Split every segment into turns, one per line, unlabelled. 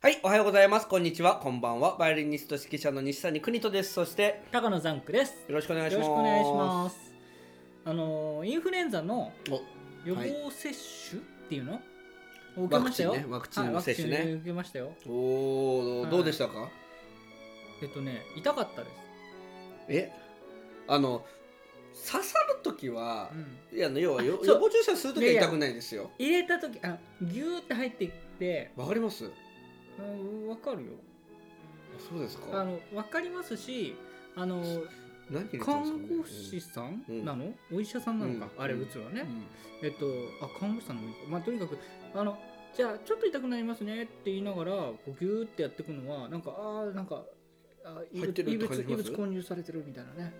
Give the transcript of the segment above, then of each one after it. はい、おはようございます。こんにちは。こんばんは。バイオリニスト指揮者の西谷邦人です。そして、
高野ザンクです。
よろしくお願
よ
い
ろ
しま
し
す。
くお願いします。あのーインフルエンザの
す。お、
予防接種っていうの、を受けました
ワ
よ。
クチンねワクチンの
はいワク
接種ね
チン受けましたよ。
おー
はい
どうでしたか、
えっとね痛かったです。
えあの刺さる時は
う、ん
いや要はよ
あ
予
そう
防注射する時はい
やい
痛
や
くないですよ
入れた時あギューって入ってきて、
わかります
うんわかるよ。
そうです
あ
か
のわかりますし、あの
何入れてますかね
看護師さん
うん
なの、お医者さんなのか、
うん
あれ打つのはね。
うんうん
えっと、あ看護師さんのもいいかまあ、とにかくあのじゃあちょっと痛くなりますねって言いながらこうギューってやっていくのはなんかあーなんかあ異
入
物
ってるっ
異
て感じ
物
し
異
ます
物混入されてるみたいなね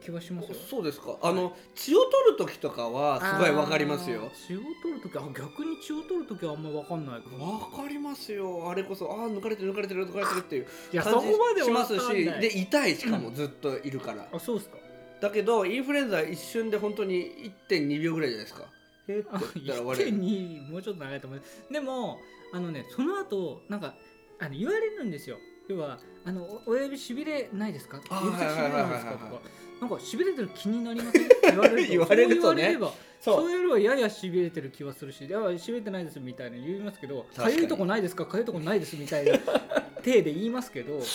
気はしますよ
おそうですかあの血を取る時とかはすごいわかりますよ
あー血を取るときあ逆に血を取るときはあんまりわかんないか
わ
も
かりますよあれこそあー抜かれてる抜かれてる抜かれてるっていう
いやそ
感
こ
じ
まで
しま
わか
す
ん
し
ない
で痛いしかもずっといるから、
あそうですか
だけどインフルエンザは一瞬で本当に1.2秒ぐらいじゃないですかえー
あ
って言ったら終わり
1.2もうちょっと長いと思うでもあのねその後なんかあの言われるんですよ要はあのお親指しびれないですか
あー
指先しびれないです
はいは
かと
いはいはい
かなんかしびれてる気になり ませんって言われると
言われると
そう言わ
ね
れれば
そう
そういうよりはややしびれてる気はするしいやしびれてないですみたいな言いますけど
確か
か
に
ゆいとこないですかかゆいとこないですみたいな 体で言いますけど実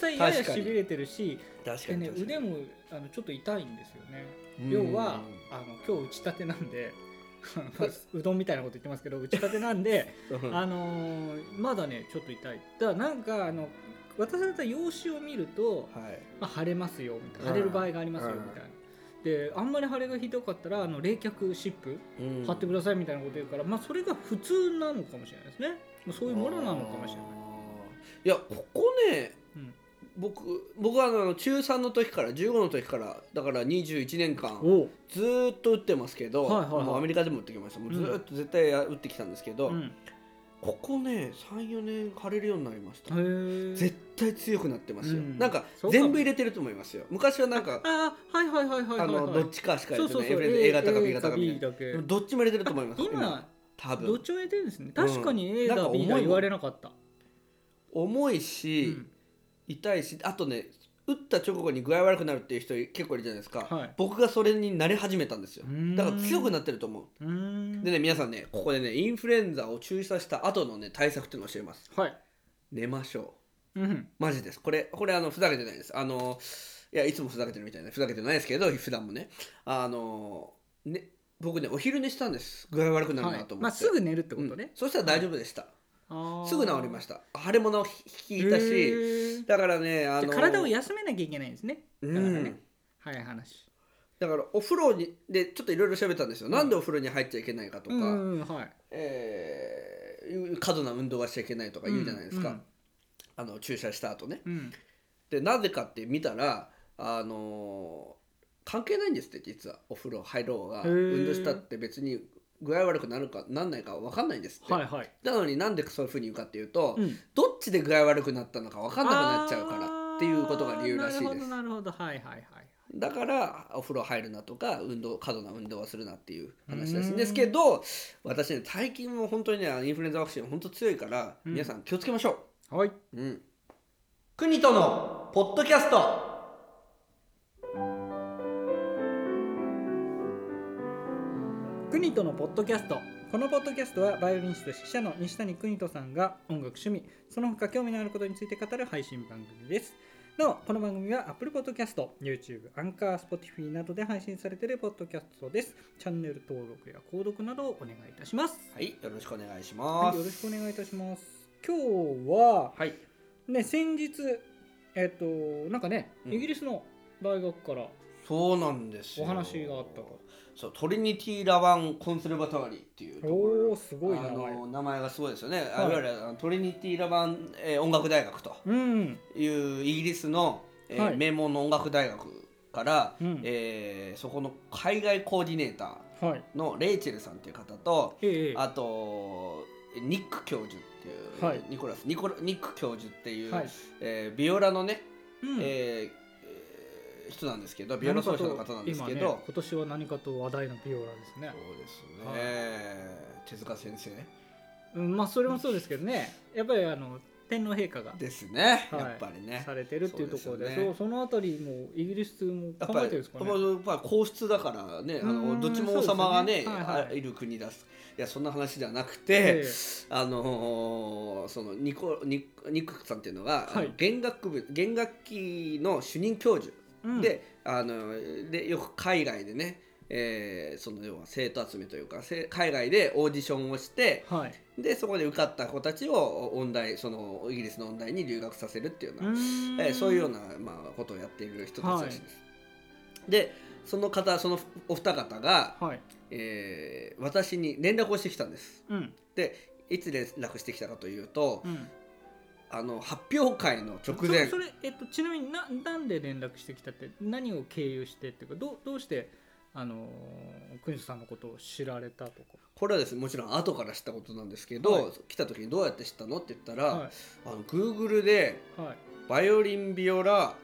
際やや
確か
し
に
びれてるし
確
で、ね、腕もあのちょっと痛いんですよね。要はあの今日打ちたてな んでうどんみたいなこと言ってますけど打ちたてなんで、
うん
あのーまだねちょっと痛いだからなんかあの渡された用紙を見ると、
はい
まあ、腫れますよみたいな
うん
腫れる場合がありますよ
うん
みたいな。であんまり腫れがひどかったらあの冷却シップ
うん
貼ってくださいみたいなこと言うから、まあ、それが普通なのかもしれないですね、まあ、そういうものなのかもしれない、
いやここね
うん、
僕僕はあの中3の時から15の時からだから21年間
お
ずーっと打ってますけど、
はいはいはい
もうアメリカでも打ってきましたもうずーっと絶対打ってきたんですけど、
うん、
ここね34年腫れるようになりました
へえ
絶対強くなってますよ、
うん
なんか
そうかも
全部入れてると思いますよ昔はなんか
あーはいはいはいはい
あ
はいはい
のどっちかしか入
そ
れてな
うそう
い
そう
A ブレン A 型か B 型かみたい
B
な
だけ
でもどっちも入れてると思います
今
多
どっ
分
ちも入れてるんですね
うん
確かに A
なんか
だ
重い
B
も
だ
ん
言われなかった
重いし、
うん
痛いしあとね打った直後に具合悪くなるっていう人結構いるじゃないですか、
はい
僕がそれに慣れ始めたんですよ
うーん
だから強くなってると思
うーん
うでね皆さんねここでねインフルエンザを注射した後のね対策っていうのを教えます
はい
寝ましょう
うん
マジですこれこれあのふざけてないですあのいやいつもふざけてるみたいなふざけてないですけど普段もねあのね僕ねお昼寝したんです具合悪くなるなと思って、
はいまあすぐ寝るってこ
うん
とね
そしたら大丈夫でした、すぐ治りましたた腫れ物を引いたし、だからねあ
じゃ
の
あ体を休めなきゃいけないんですね
う
だから
ん
ね早い話
だからお風呂にでちょっといろいろ調べたんですよ、なんでお風呂に入っちゃいけないかとか、
うんうんうんはい
えー過度な運動はしちゃいけないとか言うじゃないですか、あの注射した後ね
うんうん
でなぜかって見たらあのー関係ないんですって実はお風呂入ろうが
へー
運動したって別に具合悪くなるかなんないか分かんないんですって、
はいはい
なのになんでそういうふうに言うかっていうと、
うん
どっちで具合悪くなったのか分かんなくなっちゃうからっていうことが理由らしい
あー
です
なるほどなるほどはいはいはい
だからお風呂入るなとか運動過度な運動はするなっていう話らしい
うんん
ですけど私ね最近も本当にねインフルエンザワクチン本当強いから、
うん
皆さん気をつけましょ
はいはいう
うん国とのポッドキャスト
国とのポッドキャストこのポッドキャストはバイオリニスト指揮者の西谷邦人さんが音楽趣味その他興味のあることについて語る配信番組ですなおこの番組は Apple Podcast、YouTube、アンカー、Spotify などで配信されているポッドキャストです。チャンネル登録や購読などをお願いいたします。
はいよろしくお願いし
は
ま
い、
す
よろしくお願いいたします。今日は、
はい
ね、先日、えっ、と、なんかね、
うん
イギリスの大学から、
そうなんですよ
お話があったから
そうトリニティ・ラワン・コンセルバトワリーっていうところ
おー、すごい名
あ
前。
の名前がすごいですよね、あ、
はいい
わゆるあのトリニティ・ラワン、えー音楽大学と
うん、
いうイギリスの、えー
はい
名門の音楽大学から、
うん
えーそこの海外コーディネータ
はい。
ーのレイチェルさんっていう方と
ええ
あとニック教授っていう、
はい
ニコラスニコラニック教授っていう、
はい。
えービオラのね、
うん
えーえー人なんですけどビオラ奏者の方なんですけど、
今ね、今年は何かと話題のビオラですね
そうですね、手塚先生
うん、まあそれもそうですけどねやっぱりあの天皇陛下が
ですね、
はい
やっぱりね
されてるっていうとこ
そ
ろで
うです
そ
よ
う
ね
そのあたりもイギリスも
やっ
考
ぱ
え
り
てるんですかね
やっぱり皇室だからねあ
うーん
のどっちも王様がね
そうですよねはいはい
あいる国だすいやそんな話ではなくて、
ええ
あのーそのニコニニックさんっていうのが、あの
はい
弦楽部弦楽器の主任教授
うん
で,、あのでよく海外でね、えーその要は生徒集めというかせ海外でオーディションをして
はい
でそこで受かった子たちを音大そのイギリスの音大に留学させるっていうような、えーそういうような、まあ、ことをやっている人たちらしいです。でその方そのお二方が、
はい
えー私に連絡をしてきたんです。
うん
でいつ連絡してきたかというと、
うん
あの発表会の直
そ
前
それえっとちなみにななんで連絡してきたって何を経由してっていうかどうどうしてあのー国人さんのことを知られたとか
これはですねもちろん後から知ったことなんですけど、
はい
来た時にどうやって知ったのって言ったら、
は
あの Google で
いはい
「バイオリンビオラ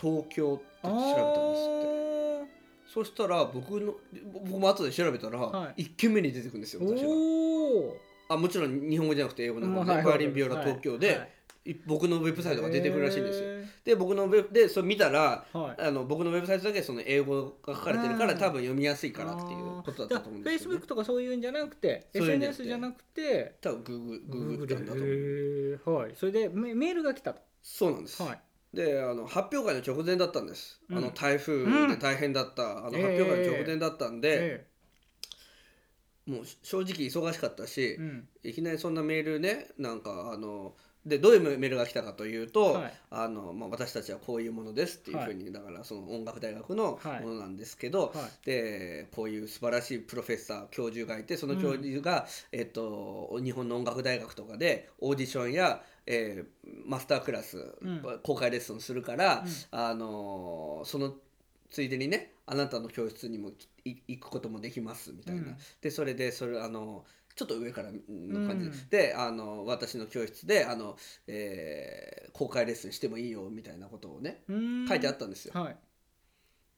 東京」って調べたんですってそしたら僕の僕も後で調べたら、
は
1軒目に出てくるんですよ
あー
私は
おー
あもちろん日本語じゃなくて英語なので、
まあはい
バイオリンビオラ東京で、
はいはい
い僕のウェブサイトが出てくるらしいんですよ
へ
で僕のウェブでそれ見たら
ーはい
あの僕のウェブサイトだけその英語が書かれてるから
うん
多分読みやすいからっていうことだったと思うんですけど、
フェイスブックとかそういうんじゃなくて
そういうんじゃなくて
SNS じゃなくて
多分グーグーグルったんだと思う
Google へーはいそれでメメールが来たと
そうなんです、
はい
であの発表会の直前だったんです、
うん
あの台風で大変だった、あの
ええ
発表会の直前だったんで、
え
もう正直忙しかった
え
し
う、ん
いきなりそんなメールねなんかあのでどういうメールが来たかというと、
はい
あのまあ、私たちはこういうものですっていうふうに、だからその音楽大学の
はい
ものなんですけど、
は
でこういう素晴らしいプロフェッサー教授がいてその教授が、えっと、日本の音楽大学とかでオーディションや、えーマスタークラス、
うん
公開レッスンするから、
うん
あのーそのついでにねあなたの教室にもい行くこともできますみたいな、
うん
でそれでそれあのちょっと上からの感じで,、
うん
であの私の教室であの、えー公開レッスンしてもいいよみたいなことをね書いてあったんですよ。
たはい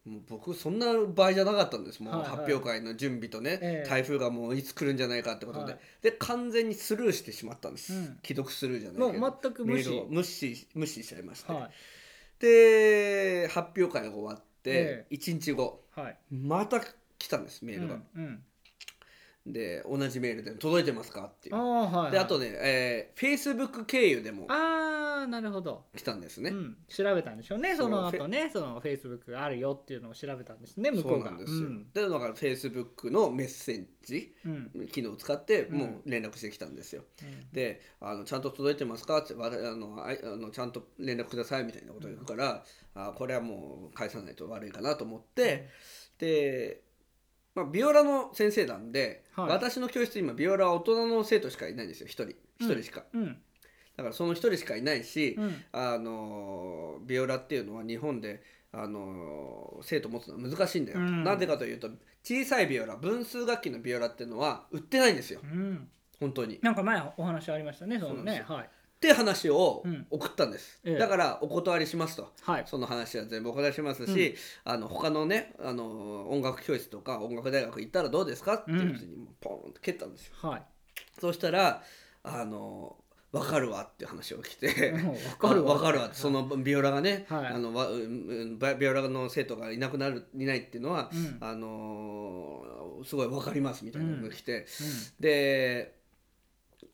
もう僕そんな場合じゃなかったんですもう
はいはい
発表会の準備とね、
ええ
台風がもういつ来るんじゃないかってことで、
はい
で完全にスルーしてしまったんです、
うん
既読スルーじゃない
も
けど、
う全く
メ
無
ー
視
ルを無視無視しちゃいまして、
は
で発表会が終わっ
え
て1日後
いはい
また来たんですメールが、
うんうん
で同じメールで「届いてますか?」ってい
あ
う
あはいはい
であとね、えー、Facebook 経由でも
ああなるほど
来たんです
う
ね、
ん調べたんでしょうね
そう
その後ねそのフェイスブックがあるよっていうのを調べたんですね向こ
そう
う
な
が
んですよ、でだから Facebook のメッセージ
うんうん
機能を使って
うん
もう連絡してきたんですよ、
うん
であの「ちゃんと届いてますか?」ってわたあのあいあの「ちゃんと連絡ください」みたいなことを言うから、あこれはもう返さないと悪いかなと思ってで、まあ、ビオラの先生なんで、
はい
私の教室今ビオラは大人の生徒しかいないんですよ1人一人しか、
うん
だからその1人しかいないし、
うん
あのビオラっていうのは日本であの生徒持つのは難しいんだよ、
うん
なぜかというと小さいビオラ分数楽器のビオラっていうのは売ってないんですよ
うん
本当に。
なんか前お話ありましたねそのね
そ
はい
って話を
うん
送ったんです、
ええ
だからお断りしますと
はい
その話は全部お断りしますし、あの他のねあの音楽教室とか音楽大学行ったらどうですかっていうふうにもうポーンと蹴ったんですよ、
はい
そうしたらあの分かるわっていう話を来て
うんわかるわ
分かるわってそのビオラがね、
はい
あのわうんビオラの生徒がいなくなるいないっていうのは、
うん
あのすごい分かりますみたいなのが来て、
うん
で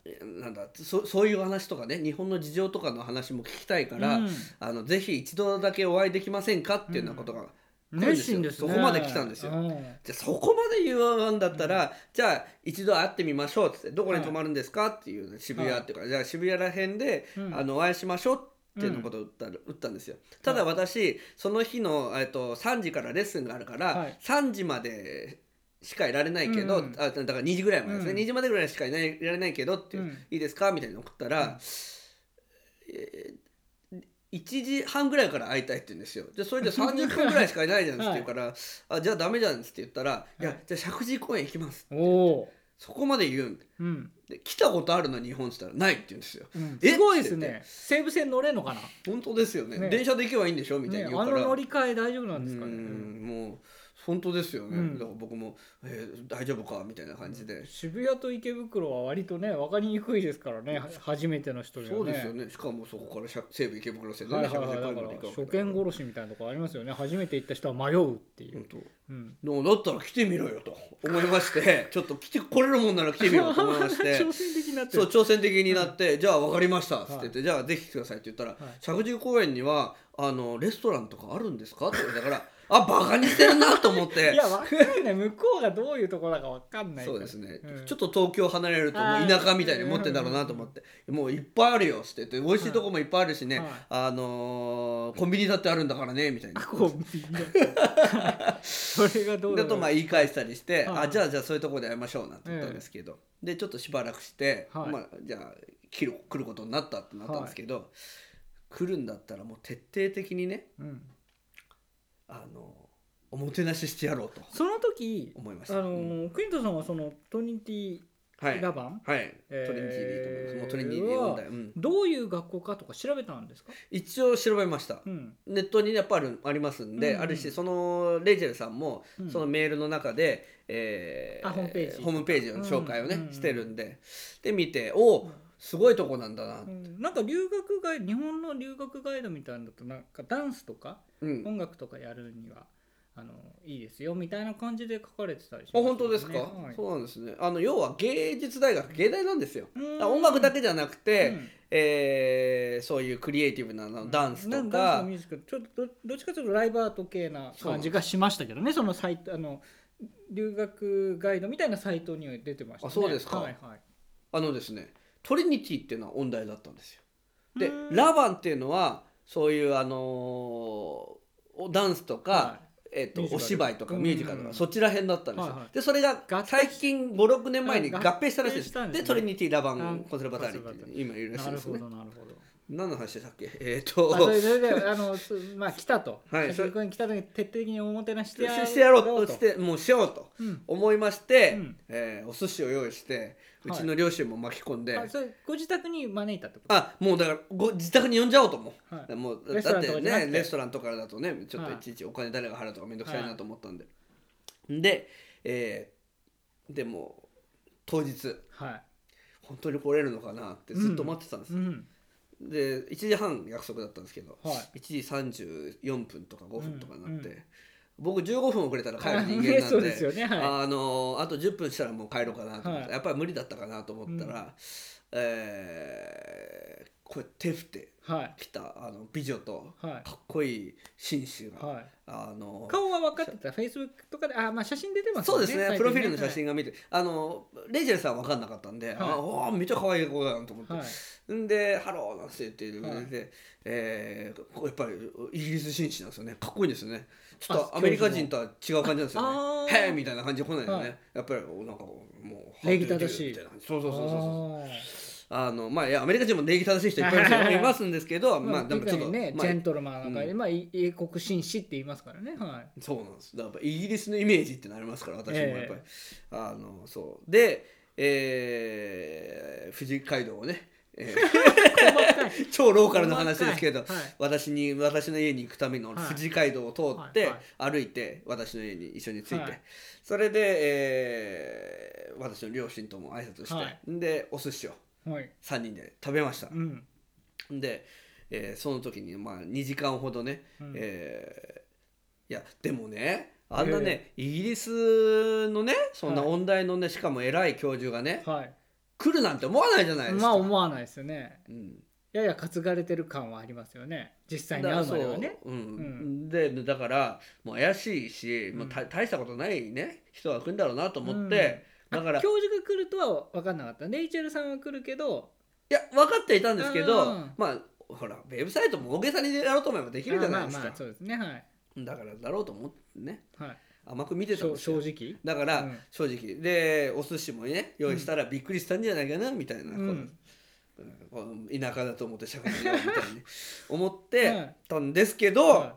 えなんだそそういう話とかね日本の事情とかの話も聞きたいから、
うん
あのぜひ一度だけお会いできませんかっていうようなことが、来るんですよ
熱心ですね
そこまで来たんですよ
うん
じゃあそこまで言うんだったら、じゃあ一度会ってみましょうっつってどこに
はい
泊まるんですかっていうね渋谷っていうから、じゃあ渋谷ら辺で、
うん
あのお会いしましょうっていうのことを打った,、打ったんですよただ私その日の、えっと、3時からレッスンがあるから、
はい
3時までしかいられないけど、
うん
あだから2時ぐらいまでですね、
うん
2時までぐらいしかいないいられないけどっていう、
うん
いいですかみたいなの送ったら、えー1時半ぐらいから会いたいって言うんですよで それで30分ぐらいしかいないじゃんっつって言うから、あじゃあダメじゃんっつって言ったら、い、やじゃあ石神井公園行きます
おお
そこまで言うん
ーうん
で来たことあるの日本っつったらないって言うんですよ
うん
え
すごいですね西武線乗れんのかな
本当ですよね
ね
電車で行けばいいんでしょみたいに
ねあ
言うから、
の乗り換え大丈夫なんですか
う
ね
んもう本当ですよね、
うん
だから僕も「えー大丈夫か?」みたいな感じで、
渋谷と池袋は割とね分かりにくいですからねは初めての人にはね
そうですよねしかもそこからしゃ西武池袋線
はい
で
はいはい、だから初見殺しみたいなとこありますよね初めて行った人は迷うっていう、うん、
だったら来てみろよと思いまして ちょっと来てこれるもんなら来てみようと思いまして
挑戦的になって
そう
る
挑戦的になって「じゃあ分かりました」っつって言って「じゃあぜひ来てください」って言ったら
は
「
い
石神井公園にはあのレストランとかあるんですか?」って言われたから「あバカにしてるな」と思って
いや分かんない向こうがどういうところだか分かんないか
そ
ら
うですね、
うん
ちょっと東京離れるともう田舎みたいに持ってんだろうなと思って「もういっぱいあるよ」っつって言って「美味しいとこもいっぱいあるしね、
はい
あのーコンビニだってあるんだからね」みたいな。
コンビニだったそれがどう
だ
だろ
と
う
まあ言い返したりして「
はい
あじゃあじゃあそういうとこで会いましょう」なんて言ったんですけど、でちょっとしばらくして、
はい
まあ、じゃあ来る来ることになったってなったんですけど、来るんだったらもう徹底的にね
うん、
あのおもてなししてやろうと
その時
思いまし
あ
た。
の
うん
ー、クイントさんはそのトリニティ
はい
ラバン、
はい、
えー
トリニティでいいと思います。もうトリニティで問題、うん、
どういう学校かとか調べたんですか、
一応調べました。
うん
ネットにやっぱあるありますんで、
うんうん
あるしそのレイチェルさんも
うん
そのメールの中で、え
あホームページ
ホームページの紹介をね、
うんうんうん
してるんでで見ておすごいとこなんだな、う
うんんなんか留学ガイド日本の留学ガイドみたいなのだとなんかダンスとか音楽とかやるにはあのいいですよみたいな感じで書かれてたりし
あ
ました
本当ですか、
はい
そうなんですねあの要は芸術大学芸大なんですよ、
うん
あ音楽だけじゃなくて、
うん
えーそういうクリエイティブなあのダンス
な
と
んダンス
か、
のミュージックちょっとどどっちかというとライブアート系な感じがしましたけどねそのサイトあの留学ガイドみたいなサイトには出てましたね
あそうですか
はいはい
あのですねトリニティっていうのは音大だったんですよ。で
うん
ラバンっていうのはそういうあのーおダンスとか、
は
えっと
ミュージカル
お芝居とかミュージカルと
うん
かそちら辺だったんですよ、
はいはい
でそれが
合併
最近56年前に
あ
合
合
併したらしいで
合併し
す
たん
で
で
す
ね
トリニティ・ラバ
あ
ン・コンセルバタリーっていう今いるらしい
な
で
る
す
ほ
ね
どなるほど
何の話でしたっけえっ、
あそ
と
れそれであのすまあ来たと、
はい
そこに来た時に徹底的におもてなし
して
やろうと
してやろうとしてもうしようと
うん
思いまして、
うん
えーお寿司を用意してう
はい
ちの両親も巻き込んで、
あそれご自宅に招いたってこと
あもうだからご自宅に呼んじゃおうと思う
はい
もう
レスト
だ
ラ
って
ンとかじゃな
ね
くて
レストランとかだとねちょっと
はい
いちいちお金誰が払うとかめんどくさいなと思ったんで、で、えーでも当日
はい
本当に来れるのかなってずっと待ってたんです、
うん
で1時半約束だったんですけど、
はい
1時34分とか5分とかになって、
うんうん
僕15分遅れたら帰る人
ね
間
そ
な
うんです
で
よねはい
あのあと10分したらもう帰ろうかなと思って、
はい
やっぱり無理だったかなと思ったら、えーこれ手振って
はい
来たあの美女と
はい
かっこいい紳士が、
はい
あの
顔は分かってたフェイスブックとかであまあ写真出てます
そうですね
最近
プロフィールの写真が見て、あのレイジェルさんは分かんなかったんで、あおーめっちゃ可愛い子だなと思って、
はい
んで「ハロー」なんて言って
は
る
い
で、えーこうやっぱりイギリス紳士なんですよねかっこいいんですよねちょっ
あ
とアメリカ人とは違う感じなんです
あ
よね「
ー
へえ」みたいな感じで来ないよね、
はい
やっぱりおなんかもう
礼儀正しい
みたな感じそうそうそうそうそう
あー
あのまあいやアメリカ人も礼儀正しい人いっぱいいますよいますんですけ どまあでもちょっ
特
と、
にね
ま
ジ
あ
ェントルマンなんかで、まあい英国紳士って言いますから ねはい
そうなんですだからやっぱイギリスのイメージってなりますから私も
ええ
やっぱり、あのそうで、えー、富士街道をね、え
細かい
ー超ローカルな話ですけど、
細かいはい
私に私の家に行くための
はい
富士街道を通って、
は
歩いて私の家に一緒に着いて、
はい
それで、えー私の両親とも挨拶して、
はい
でお寿司を
はい
3人で食べました
う、ん
で、えーその時にまあ2時間ほどね、
うん
えーいやでもねあんなね、イギリスのねそんな
はい
音大のね、しかも偉い教授がね
はい
来るなんて思わないじゃないです
ま
か。
あ思わないですよね
うん
やや担がれてる感はありますよね実際に会うまではね
そううん
ん
でだからもう怪しいし、もうた大したことないね人が来るんだろうなと思って、
うん
だから
あ
い
教授が来るとは分かんなかったレイチェルさんは来るけど
や分かっていたんですけど、
うん
まあほらウェブサイトも大げさにやろうと思えばできるじゃないです
あ
か、
まあまあそうですねはい
だからだろうと思ってね
はい
甘く見てたんです
正
よ
直
だから、
うん
正直でお寿司もね用意したらびっくりしたんじゃないかなみたいな、
うん
こううん田舎だと思って社会人だみたいに 思っ
は
て
い
たんですけど、
はい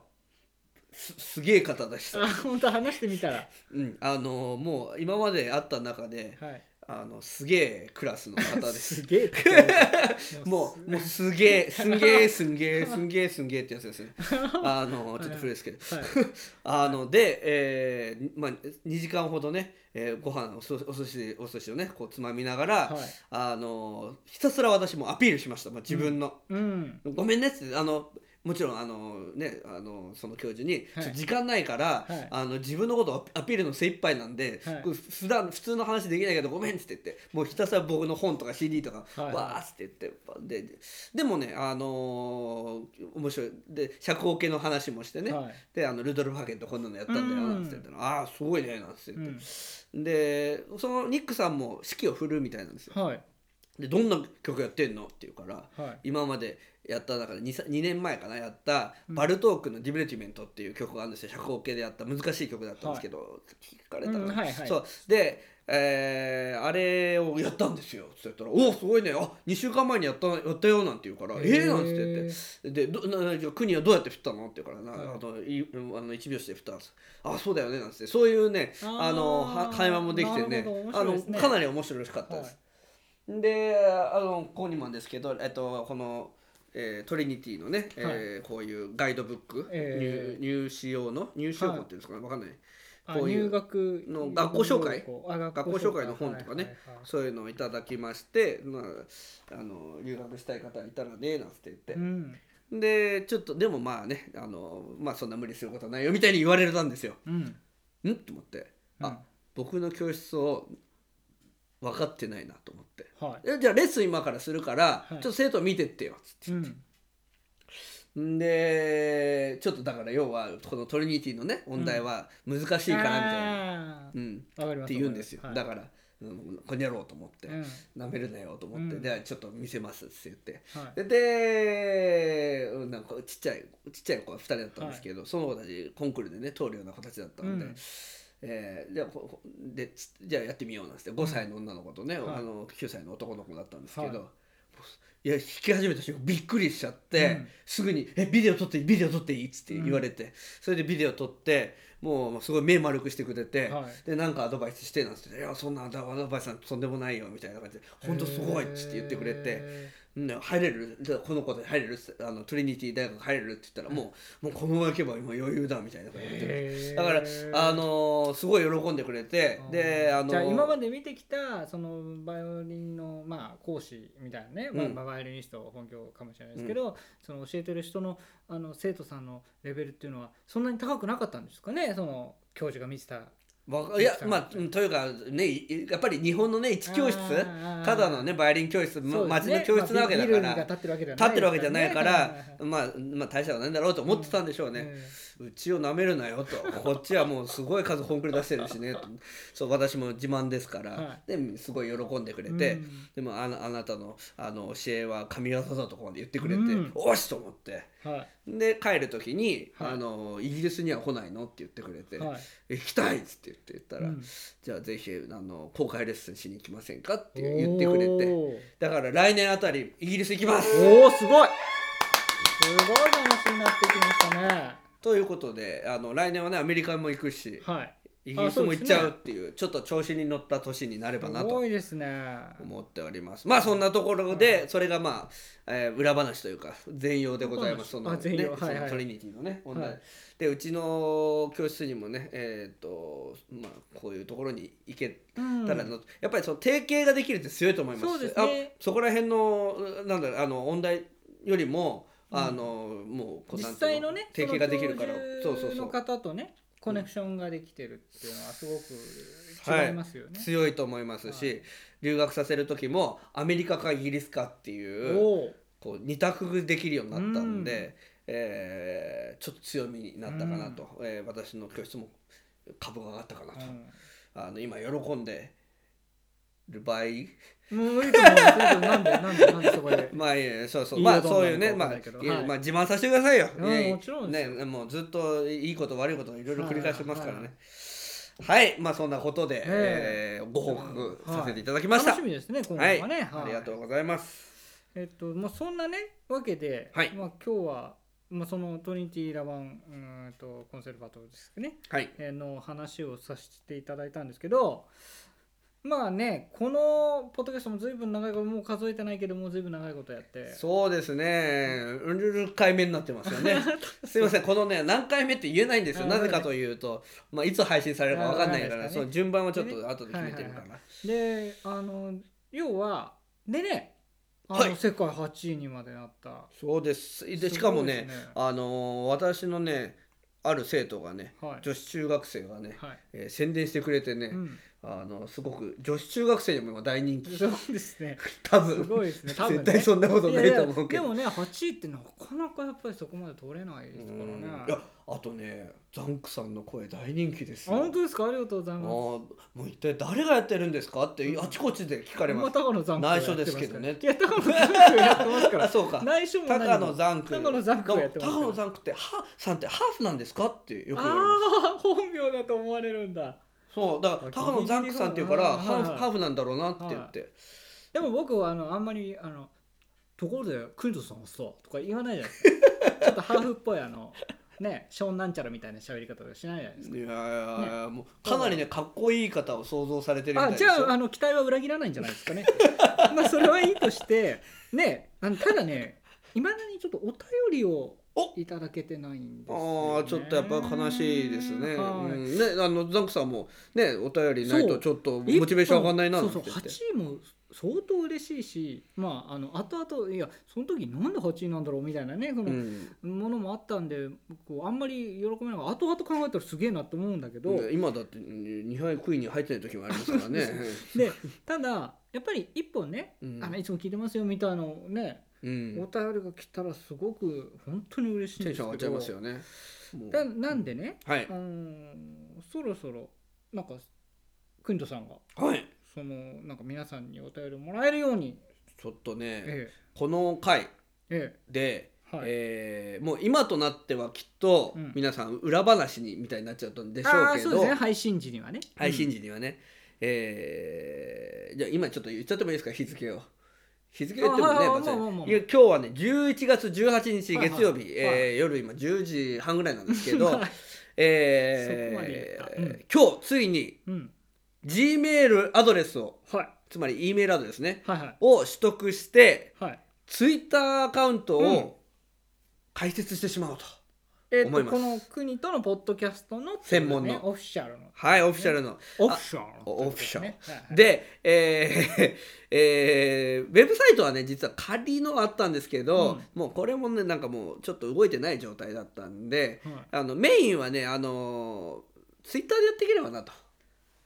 すすげえ方でした、
あ本当話してみたら
うん、あのもう今まであった中で
はい
あのすげえクラスの方です
すげえって言われた
もうもうすげえすんげえすんげえすんげえすんげえってやつです ねあのちょっと古いですけど
はい
あので、えーまあ、2時間ほどね、えーご飯お寿お寿司お寿司をねこうつまみながら、
はい
あのひたすら私もアピールしました、まあ、自分の、
うん
ごめんねっつってあのもちろんあの、ね、あのその教授に、
はい
ちょっと時間ないから、
はい
あの自分のことをアピールの精一杯なんで、
はい
こう普段普通の話できないけどごめんっつって言ってもうひたすら僕の本とか CD とか、
はいはい
わーっつって言ってででもね、あのー面白いで社交系の話もしてね、
はい
であのルドルフ・ハーゲンとこんなのやったんだよ
うん
なんつって言ったのああすごいねなんつって
う
言っ
ん
て、でそのニックさんも指揮を振るみたいなんですよ
はい
でどんな曲やってんのって言うから
はい
今までやった中で 2, さ2年前かなやったバルトークの「ディベルティメント」っていう曲があるんですよ社交系でやった難しい曲だったんですけど、聞かれたら、
うんはいはい
そうで、えーあれをやったんですよ」って言ったら「おおすごいねあ2週間前にやったやったよ」なんて言うから「ええー」なんつって言ってでどなじゃあ国はどうやって振ったのって言うからな、
はい
あといあの一拍子で振ったんですあそうだよねなんつってそういうね
あー
あのは会話もできて
な
ね
るほど
あの
面白いですね
かなり面白かったです。であのここにもあるんですけど、えっと、この、えートリニティのね、えーこういうガイドブック、
えー
入入試用の入試用本っていうんですかね、わかんない
あ
こういう
入学
の学校紹介
あ
学校紹介の本とかね
はいはいはい
そういうのをいただきまして、まあ、あの留学したい方いたらねなんつって言って
う、ん
でちょっとでもまあねあのまあそんな無理することはないよみたいに言われたんですよ。
うん
んと思ってあ、
うん
僕の教室を分かってないなと思って
は
えじゃあレッスン今からするから、ち
はい
ょっと生徒見てってよつっ
いうん
てんでちょっとだから要はこのトリニティのね問題は難しいからみたいな、
あ
うん
ーわかります
って言うんですよ、
はい
だから、うん、こんやろうと思って
うんは
なめるなよと思って、
うん
ではちょっと見せますって言ってで
い
でうんなんかちっちゃいちっちゃい子が2人だったんですけど、その子たちコンクールでね通るような子たちだったので、
うん
えーじゃあここでつじゃあやってみようなんつって5歳の女の子とね、
はい
あの9歳の男の子だったんですけど、
はい
もういや弾き始めた瞬間びっくりしちゃって、
うん
すぐに「えビデオ撮っていいビデオ撮っていい?」っつって言われて、それでビデオ撮ってもうすごい目丸くしてくれて、
はい
でなんかアドバイスしてなんつって「いやそんなアドバイスなんてとんでもないよ」みたいな感じで「本当すごい」っつって言ってくれて。
へ
ね、入れるじゃあこの子で入れるっつってあのトリニティ大学入れるって言ったらもう,、もうこのまま行けば今余裕だみたいな感じで
ー
だから
へー
あのーすごい喜んでくれてであのー
じゃあ今まで見てきたそのバイオリンのまあ講師みたいなね、まあ
うん
まあバイオリニスト本業かもしれないですけど、その教えてる人のあの生徒さんのレベルっていうのはそんなに高くなかったんですかねその教授が見てた
わかいやまあうんというかねいやっぱり日本のね一教室ただのねバイオリン教室、ま街の教室なわけだから、立ってるわけじゃないから、まあ、まあ大したことないんだろうと思ってたんでしょうね、うちをなめるなよとこっちはもうすごい数本くり出してるしねとそう私も自慢ですから、
は
ですごい喜んでくれ
うん
て、でもあのあなたのあの教えは神業だとこまで言ってくれて、
うん
おしと思って
は
で帰る時に、
はい
あの「イギリスには来ないの?」って言ってくれて
いはい
「行きたい!」っつって言って言ったら、
うん
じゃあぜひあの公開レッスンしに行きませんか?」って言ってくれてだから来年あたりイギリス行きます
おおすごいすごい話になってきましたね
ということであの来年はねアメリカも行くし。
はい
イギリスも行っちゃうっていうちょっと調子に乗った年になればな
す
と
ごいですね
思っておりますまあそんなところでそれがまあ、えー裏話というか全容でございますそ
裏
の
話
ね
あ全容はいはい
そのトリニティのね問題、
はい
でうちの教室にもねえっ、とまあこういうところに行けたらの、やっぱりその提携ができるって強いと思います
そうですね
あそこら辺のなんだろうあの問題よりもあの、もうこう
実
なんていう
際のね
提携ができるから
そ
そ
の
う
教
そう
授
そ
の
う
方とねコネクションができてるっていうのはすご
は
く
い
違いますよね、
強いと思いますし、
はい
留学させる時もアメリカかイギリスかっていう
おお
こう二択できるようになったんで、えーちょっと強みになったかなと、えー私の教室も株が上がったかなと、あの今喜んでる場合
うん、もういいと思うそれともなんでなんでなんでそこで
まあいえそうそう
いい
まあ
よどうな
そう
る
いうね
か
ま
わ
あ、
かんないけど
いえ
はい
まあ自慢させてくださいよ、
うん
ね
もちろんで
ね
す
もうずっといいこと悪いこといろいろ繰り返してますからねはい、まあそんなことで、
え
えーご報告させていただ きました、
楽しみですね今
はい、
回はね、
ありがとう
う
ございます。
えっとまあそんなねわけで、
はい
まあ今日はまあそのトリニティラバンうーんとコンセルバトルですね
はい。
えーの話をさせていただいたんですけどまあねこのポッドキャストも随分長いこともう数えてないけどもう随分長いことやって
そうですね。うんるる回目になってますよね。すいません、このね、何回目って言えないんですよ。
あ
なぜかというと、まあ、いつ配信されるかわかんないか
あわかんない
ら、
です
そ
からね
の順番はちょっと後で決めてるか
はい
ら。
であの要はでねあの、
はい
世界8位にまでなった
そうです。で、
すごいですね
しかもね、あのー私のね、ある生徒がね、
はい
女子中学生がね、
はい、
えー宣伝してくれてね、
うん、
あのすごく女子中学生にも今大人気。
そうで すね
多
す
分、
ごいですね多分ね
絶対そんなこと
い
な
やい
い
や
と思うけ
で
ど。
もね8位ってなかなかやっぱりそこまで取れないですか
う
ら
ん
ね
いやあとねザンクさんの声大人気です
あ本
よ。
当ですかありがとうござい
あー
ます
もう一体誰がやってるんですかってあちこちで聞かれま
まあ
す。
高野残酷
内緒ですけどね
いや高野残酷やってますか
あ
ら
そうか。
内緒も何も
高野ザンク。
高野ザンクをやってます
高野ザンクってはさんってハーフなんですかってよく言われます。
ああ本名だと思われるんだ
そうだから高野ザンクさんっていうから
あ
ハーフ
はい
ハーフなんだろうなって言って。
でも僕はあのあんまりあのところでクントさんはさとか言わないじゃないです かちょっとハーフっぽいあのねショーンなんちゃらみたいな喋り方とかしないじゃないですか
いやいやいやもうかなりねかっこいい方を想像されてるみたい
あ
で
じ
す
ゃあ
よ。
あの期待は裏切らないんじゃないです かねまあそれはいいとしてねあのただねいまだにちょっとお便りを
お
いただけてないんで
あ
すよ、
ー
ね、
ちょっとやっぱ悲しいですね。
は
う
い
ん、ねあのザンクさんもねお便りない
そ
と
う
ちょっとモチベーション上がんないな
そ
っ
う
て言
そう
って。
8位も相当嬉しいしまああの後々いやその時なんで8位なんだろうみたいなねその、
うん
ものもあったんでこうあんまり喜べない後々考えたらすげえなと思うんだけど、
今だって2杯食いに入ってない時もありますか らね。
でただやっぱり一本ね、
うん
あのいつも聞いてますよみたいなのをね、
うん
お便りが来たらすごく本当に嬉しいん
テ
で
ン
す
シ
け
ョン上
ど
がっちゃいますよね。もう
だなんでね、
はい。
うん、そろそろなんかくんとさんが
はい。
そのなんか皆さんにお便りもらえるように、
ちょっとね、
え
この回
ええ
で、
えはい
えーもう今となってはきっと
うん
皆さん裏話にみたいになっちゃったんでしょ
あ
う
あ
け
そうです
ど
ね、配信時にはね
配信時にはね、えーじゃあ今ちょっと言っちゃってもいいですか日付を。日付言っても
あは
ね
いはい
別に
まあまあまあまあ
いや今日はね11月18日
はいはい
月曜日、
はい
えー夜今10時半ぐらいなんですけ
うん
ど
はいそこま
え
で
ー
言ったうん
今日ついに
うん、
G メールアドレスを
はい
つまり E メールアドレスね
はいはい
を取得して
はい
ツイッターアカウント
うん
を開設してしまおうと、
えっと
思います
この国とのポッドキャストの、
専門の
ねオフィシャルの
はいオフィシャルの
オフィシャルの
オフィシャル
ねはいはい
で、えー えーウェブサイトはね実は仮のあったんですけど、もうこれもねなんかもうちょっと動いてない状態だったんで
はい
あのメインはねあのツイッターでやっていければなと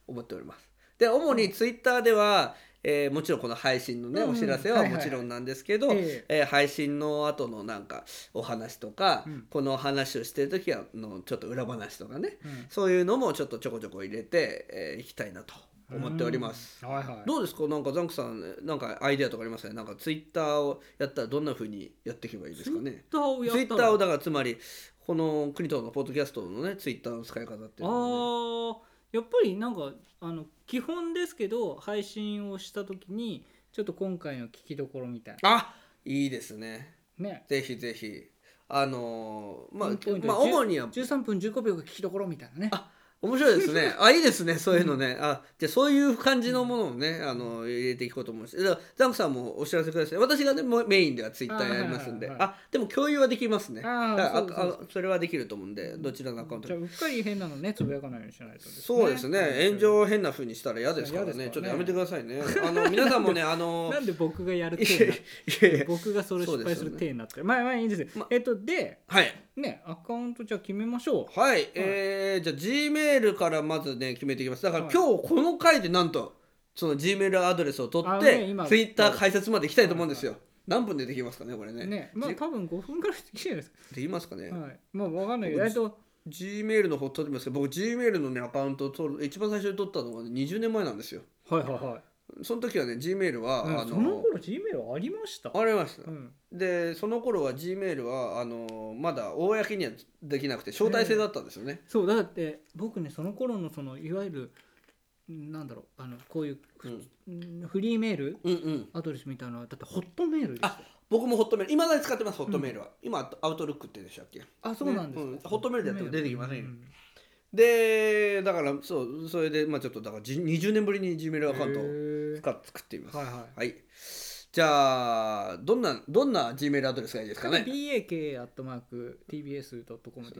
思っております。で主にツイッターでは、えーもちろんこの配信のね、
うん
お知らせ
は
はい
はい
も
はい
ちろんなんですけど、
え
えー配信の後のなんかお話とか、
うん
この話をしてる時はのちょっと裏話とかね
えうん
そういうのもちょっとちょこちょこ入れてい、えーいきたいなと思っております。
うんはいはい
どうですかなんかザンクさんなんかアイデアとかありますねなんかツイッターをやったらどんな風にやっていけばいいですかね
ツイッターをや
ツイッ
った
タ
ら
ーをだからつまりこの国とのポッドキャストのねツイッターの使い方っていうのをね
ああやっぱりなんかあの基本ですけど配信をした時にちょっと今回の聞きどころみたい
あいいですね
なね
ぜひぜひあのーまあ
ピンポイント
まあ
で
主には
13分15秒が聞きどころみたいなね
あ面白いですね あいいですねそういうのねあじゃあそういう感じのものをねあの入れていこうと思うしだからザンクさんもお知らせください私がねもうメインではツイッターやりますんであ,、
あはいはい
でも共有はできますね
あー
だから
そうそうそう
ああそれはできると思うんでどちらのアカウント
じゃ
で
あ
も
うっかり変なのねつぶやかないようにしないと
そうですね炎上を変な風にしたら嫌ですからね
嫌で
ちょ
すからね
っとやめてくださいねあの皆さんもねあの
なんで僕がやる
い
手
やい
になって
やいや
僕がそれ失敗する手になってるまあまあいいです、
ま
えっとで
はい
ねアカウントじゃあ決めましょう
はい、えー、じゃあ G メールからまずね決めていきますだから
はい
今日この回でなんとその G メールアドレスを取
あ
っ
ね
て
今
ツイッター解説まで行きたいと思うんですよ何分でできますかねこれね
ねまあ
じ
多分5分ぐらいできるんじゃないですか
できますかね、
はい、まあわかんないけど、え
僕
っと、
G メールの方取ってますけど僕 G メールのねアカウントを取る一番最初に取ったのが、ね、20年前なんですよ
はいはいはい。
その時はね G メールは、あ
その
の
頃 G メールありました。
ありました
うん、
でその頃は G メールはあのまだ公にはできなくて招待制だったんですよね、
そうだって僕ねその頃のそのいわゆるなんだろうあのこういうふんフリーメール
うんうん
アドレスみたいなのはだってホットメールですよ。
あ僕もホットメール今まで使ってますホットメールは、今アウトルックってでしたっけ
あそうなんですか、
ねうんホットメールでやっても出てきませんよ
うん
でだからそうそれでまあちょっとだからじ20年ぶりに Gmail アカウントを
へー
使っ作っています
はいはい
はいじゃあどんなどんな Gmail アドレスがいいですかね
bak.tbs.com でいいんで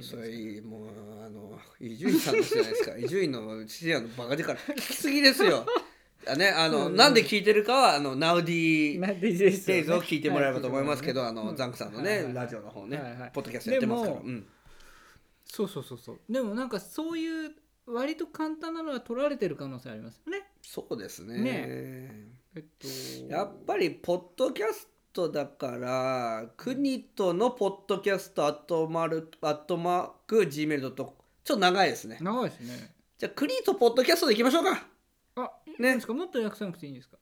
す
そ
か
れいいもうあの伊集院さんの人じゃないですか 伊集院の知り合いのバカ力聞きすぎですよあねあの、
うん
なんで聞いてるかはあのナウディ
まあデジデジ
デイ
です
ズ
よ
を
ね
聞いてもらえればと思いますけど、
は
あの、
うん
ザンクさんのね、
はいはい
ラジオの方ね、
はいはい
ポッドキャストやってますから、
でも
うん、
そうそうそうそうでもなんかそういう割と簡単なのは取られてる可能性ありますよね
そうですね
えっと
やっぱりポッドキャストだから国とのポッドキャストアットマルアットマーク Gmail とちょっと長いですね
長いですね
じゃあ国とポッドキャストでいきましょうか
あいい
ね
んですかもっと訳さなくていいんですか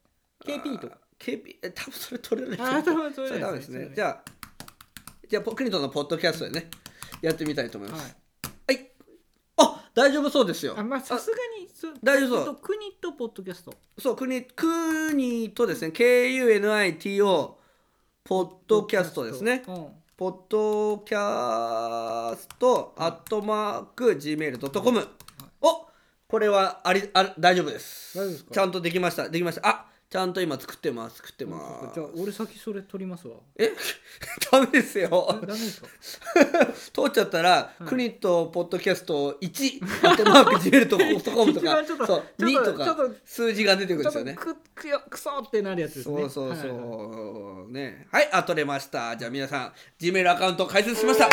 KP とか
あー KP え多分それ取れない
あー多分そ
そ
れ
れダメですねじゃあじゃあポクニトのポッドキャストでねやってみたいと思い
あ
ます
はい
はい、あ大丈夫そうですよ
あまあさすがにそう
大丈夫
え
そ
っと
う
国とポッドキャスト
そう国国とですね KUNITO ポッドキャストですね
うん
ポッドキャストアットマーク Gmail.com おこれはありあ大丈夫です
大丈夫ですか
ちゃんとできましたできましたあちゃんと今作ってます作ってま
じ
す
ゃあ俺先それ取りますわ
え ダメです
え
よ
ダメですか
通っちゃったら、
うん
国とポッドキャスト1あとマーク Gmail と .com と
一
か
番ちょっと
そう
ちょ
2
っと
と
ちょっ
か
と
数字が出てくるん
ち
で
ょ
すよ
っと
ね
くくよくそってなるやつです
そ
ね
うそうそう、
はいはいはい
ねはいあ取れましたじゃあ皆さん Gmail アカウント開設しました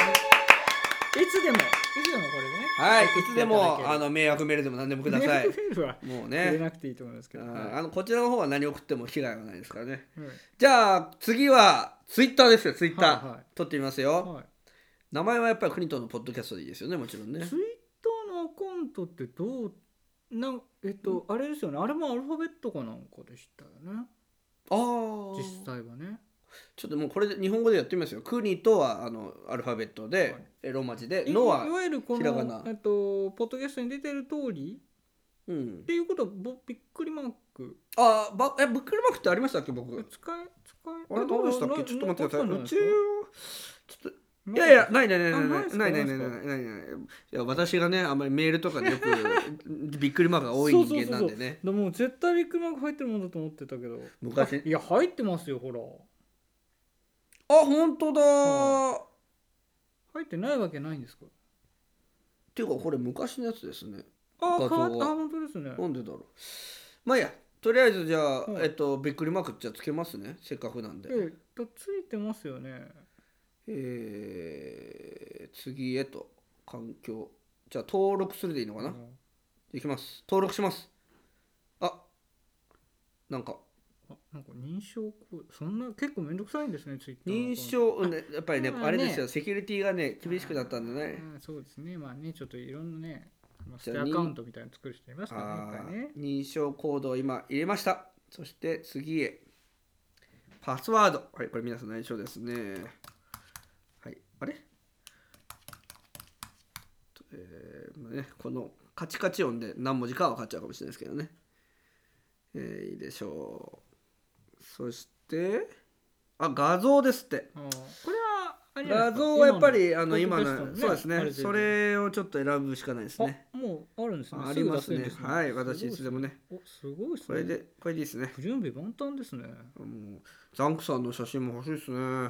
いつでもいつでもこれでね
はいいつで
送ってい
も
ただ
あの迷惑メールでも何でもください
けるメールは
もう
入れ
ね
なくていいと思いますけど、
あ
は
あのこちらの方は何送っても被害はないですからね
い
じゃあ次は Twitter ですよ Twitter、
はいはい
撮ってみますよ、
はい
名前はやっぱり国とのポッドキャストでいいですよねもちろんね
ツイッターのアカウントってどうなんえっと、あれですよねあれもアルファベットかなんかでしたよね
ああ
実際はね
ちょっともうこれで日本語でやってみますよ。国とはあのアルファベットで、
はい
えローマ字で、
い
の
い
は、
わゆるこ
ひらがな
のえっとポッドキャストに出てる通り
うん
っ、ていうことはぼびっくりマーク
あばえブックリマークってありましたっけ僕。あ
使え使え
れどうでしたっけ
な
ちょっと待ってください。
な
うち
な
ちょっ
な
と
い
いやいやないないないな
あ
い
な
な
い
い
ですか
ないない
な
ないい
で
な
すか
いないないいや私がねあんまりメールとかでよくびっくりマークが多い人間なんでね。
でも絶対ビッグマーク入ってるもんだと思ってたけど
昔
あいや入ってますよほら
あ本当だー。っ
入ってないわけないんですか
ていうかこれ昔のやつですね。
あ変
画像
わ
は
ったあ本当ですね
なんでだろう。まあいいやとりあえずじゃあ、
うん
えっとびっくりマークじゃあつけますねせっかくなんで。
えっとついてますよね
えー次へと環境じゃあ登録するでいいのかな、
うん
いきます登録しますあなんか
あなんか認証コードそんな結構めんどくさいんですねツイッター
認証うんねやっぱりね
まあね
あれですよセキュリティがね厳しくなったんでね
あーそうですねまあねちょっといろんなねまあ
じ
ス
ゃあ
テアカウントみたいなの作る人いますからねい
あ
っぱいね
ー認証コードを今入れましたそして次へパスワードはいこれ皆さん内緒ですねはいあれとえーまあね、このカチカチ音で何文字かは分かっちゃうかもしれないですけどねえーいいでしょうそしてあ画像ですって
あーこれはあれじゃない
画
ですか
像はやっぱりあの今
今
の
の
そうです
ポッドキャストのねあ
ね
れ全部
それをちょっと選ぶしかないですね
あもうあるんですね
あります
ぐ
ね
出せるんです
はい私いつ
す
でもね
ごいおすごいですね
これでこれでいいですね
不準備万端ですね
もうザンクさんの写真も欲しいですね、
あ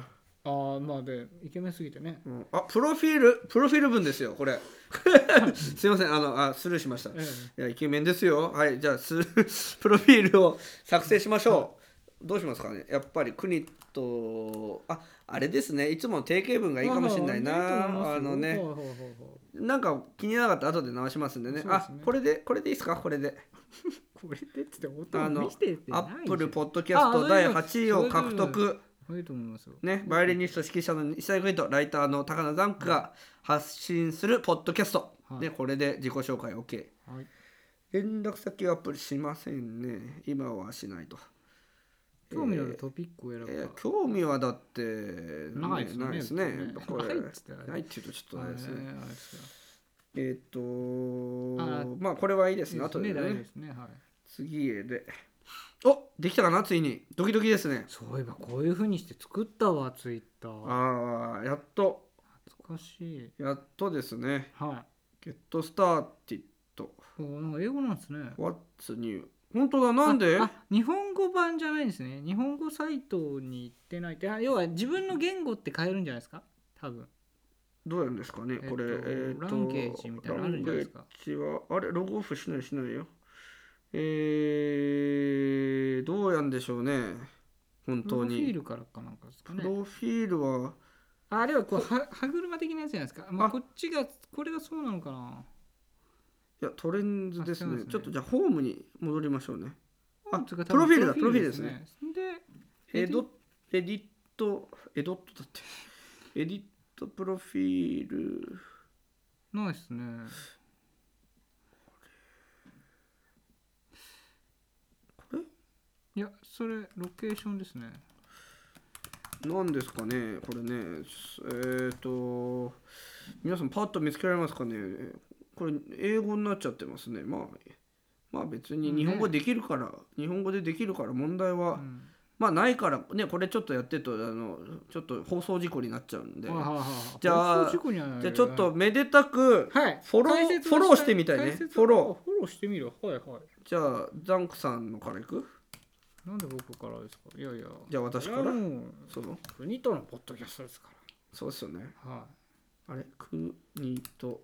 あまあでイケメンすぎてね
うん、あプロフィールプロフィール文ですよこれ すいませんあのあスルーしましたい
え
やイケメンです よはいじゃあスループロフィールを作成しましょうどうしますかねやっぱり国とああれですねいつもの定型文が
え
いいかもしれない
まあま
な
あ
あの
いいと
ね
思いますよほうほうほうほう
なんか気になかったら後で直しますんでね
そうです
あ
ね
これでこれでいいですかこれで
これでっつって
あ
音
の
見せてって
ア
ない
ップル
ッ
ポッドキャス
あ
ト
そうい
第
うの
8位を獲
そう
得
いいと思いますよ
ね、バイオリニスト指揮者の西田邦人ライターの高野ザンクが発信するポッドキャスト、
はい
でこれで自己紹介 OK
はい
連絡先はアップルしませんね今はしないと
興味のあるトピックを選ぶ
えー
か
興味はだって、
ないですね
ないですね
別にね
これ
ないっつってあれ
ないっていうとちょっとあれですね、
はいあれですよ
えーっと
あ
まあこれはいいですね
いいです
後
ね
で
大丈夫
ね
ですねはい
次へでおできたかなついにドキドキですね
そういえばこういうふうにして作ったわツイッター
ああやっと
懐かしい
やっとですね
は
ゲットスターティッド。
おーなんか英語なんですね
What's new? 本当だ、なんで
ああ日本語版じゃないんですね日本語サイトに行ってないってあ要は自分の言語って変えるんじゃないですか多分
どうやるんですかね、これ。
えっと
えっと
ランゲージみたいなのあるんじゃないですか
ランゲージは、あれ、ログオフしないしないよ。えー、どうやんでしょうね、本
プロ
当
フィー
に。
ルからかなんかですか
プ
ね
ロフィールは、
ああれはこうは歯車的なやつじゃないですか、まあ、
あ
こっちがこれがそうなのかない
や、トレンズです
あそう
ね。
ですね
ちょっとじゃあ、ホームに戻りましょうね。あ
なんつうか
プロフィールだ
多分
プロフィール
で
エドエディット、エドットだって。エディットプロフィール。
ないですね
これ
いやそれロケーションですね
なんですかね、これね、すえっ、と、皆さんパッと見つけられますかね、これ英語になっちゃってますね。まあ、まあ別に日本語できるから、日本語でできるから問題は、
うん
まあないから、ね、これちょっとやってると、あの、ちょっと放送事故になっちゃうんで、
はいはいはい
じゃあ
放送事故にはなるよね
じゃあちょっとめでたく、
はい
フォロー
解説を
フォローしてみたいね
解説
フ
を
ォロ
フォローしてみるはいはい
じゃあ、ザンクさんのからいく
なんで僕からですかいやいや
じゃあ私から
いやもう
その、
国とのポッドキャストですか
そうですよね。
らはい
あれ、国と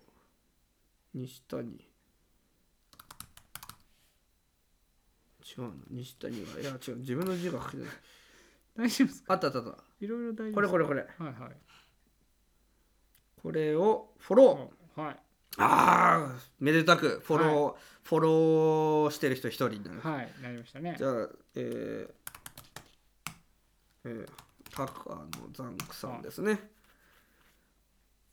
西谷。違うな、西谷は。いや、違う、自分の字が書けてない。
大丈夫ですか
あったあったあった。
いろいろ大丈夫
これこれこれ。
れはいはい
これをフォロ
うんはい
ー。ああ、めでたく、フォロー、フォローしてる人一人になる。
はいなりましたね
じゃあ、えー、えー、タカのザンクさんですね。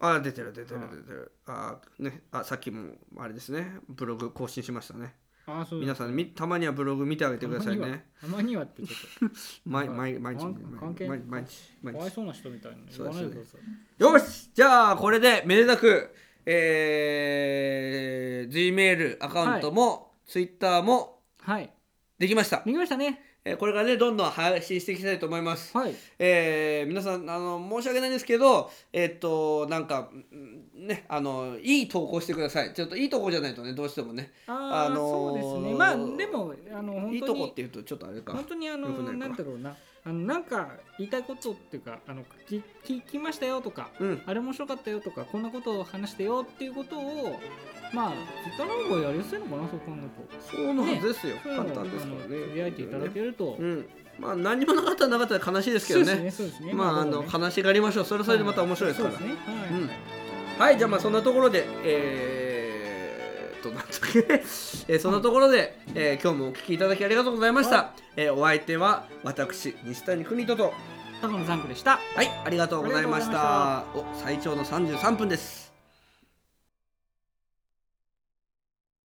あー出てる出てる
はい
出てる。あーね、あさっきもあれですね、ブログ更新しましたね。
あそう
皆さんみたまにはブログ見てあげてくださいね。
たまにはってちょっ
毎
はい
毎毎日
関関係
毎日毎日毎
とかわい
日。
そうな人みたいなの
そう
言わ
です
ない
ね
でください
よしじゃあこれでめでたく、えー、Gmail アカウントも、Twitter も
はい
できました。
できましたね
えーこれからねどんどん配信していきたいと思います。
はい
えー皆さんあの申し訳ないんですけどえっとなんかうんねあのいい投稿してくださいちょっといい投稿じゃないとねどうしてもね
あ
あ
あ
のー
そうですねまあでもあの
い
本
いと
当
こっ
に
ていうとちょっとあれか
本当にあの
良くないか
なんだろうなあのなんか言いたいことっていうかあの聞聞きましたよとか
うん
あれ面白かったよとかこんなことを話してよっていうことをまあツイッターの方がやりやすいのかなそう考える
そうなんですよ、
とそういうの
簡
を
単ですから
あ
ね
のつぶやいていただけると、
うんまあ何もなかったらなかったら悲しいですけ
そ
ど
う
ね
ですねそうですね
まああの
ね
悲しがりましょうそれはそれでまた面白いですから、
そうですねはい、
うんはいじゃあまあそんなところでえー、っとなんだっけ、えーそんなところで、えー今日もお聞きいただきありがとうございました、
は
えーお相手は私西谷邦人と
高野ザンクでした
はいありがとうございました
あ
お最長の33分です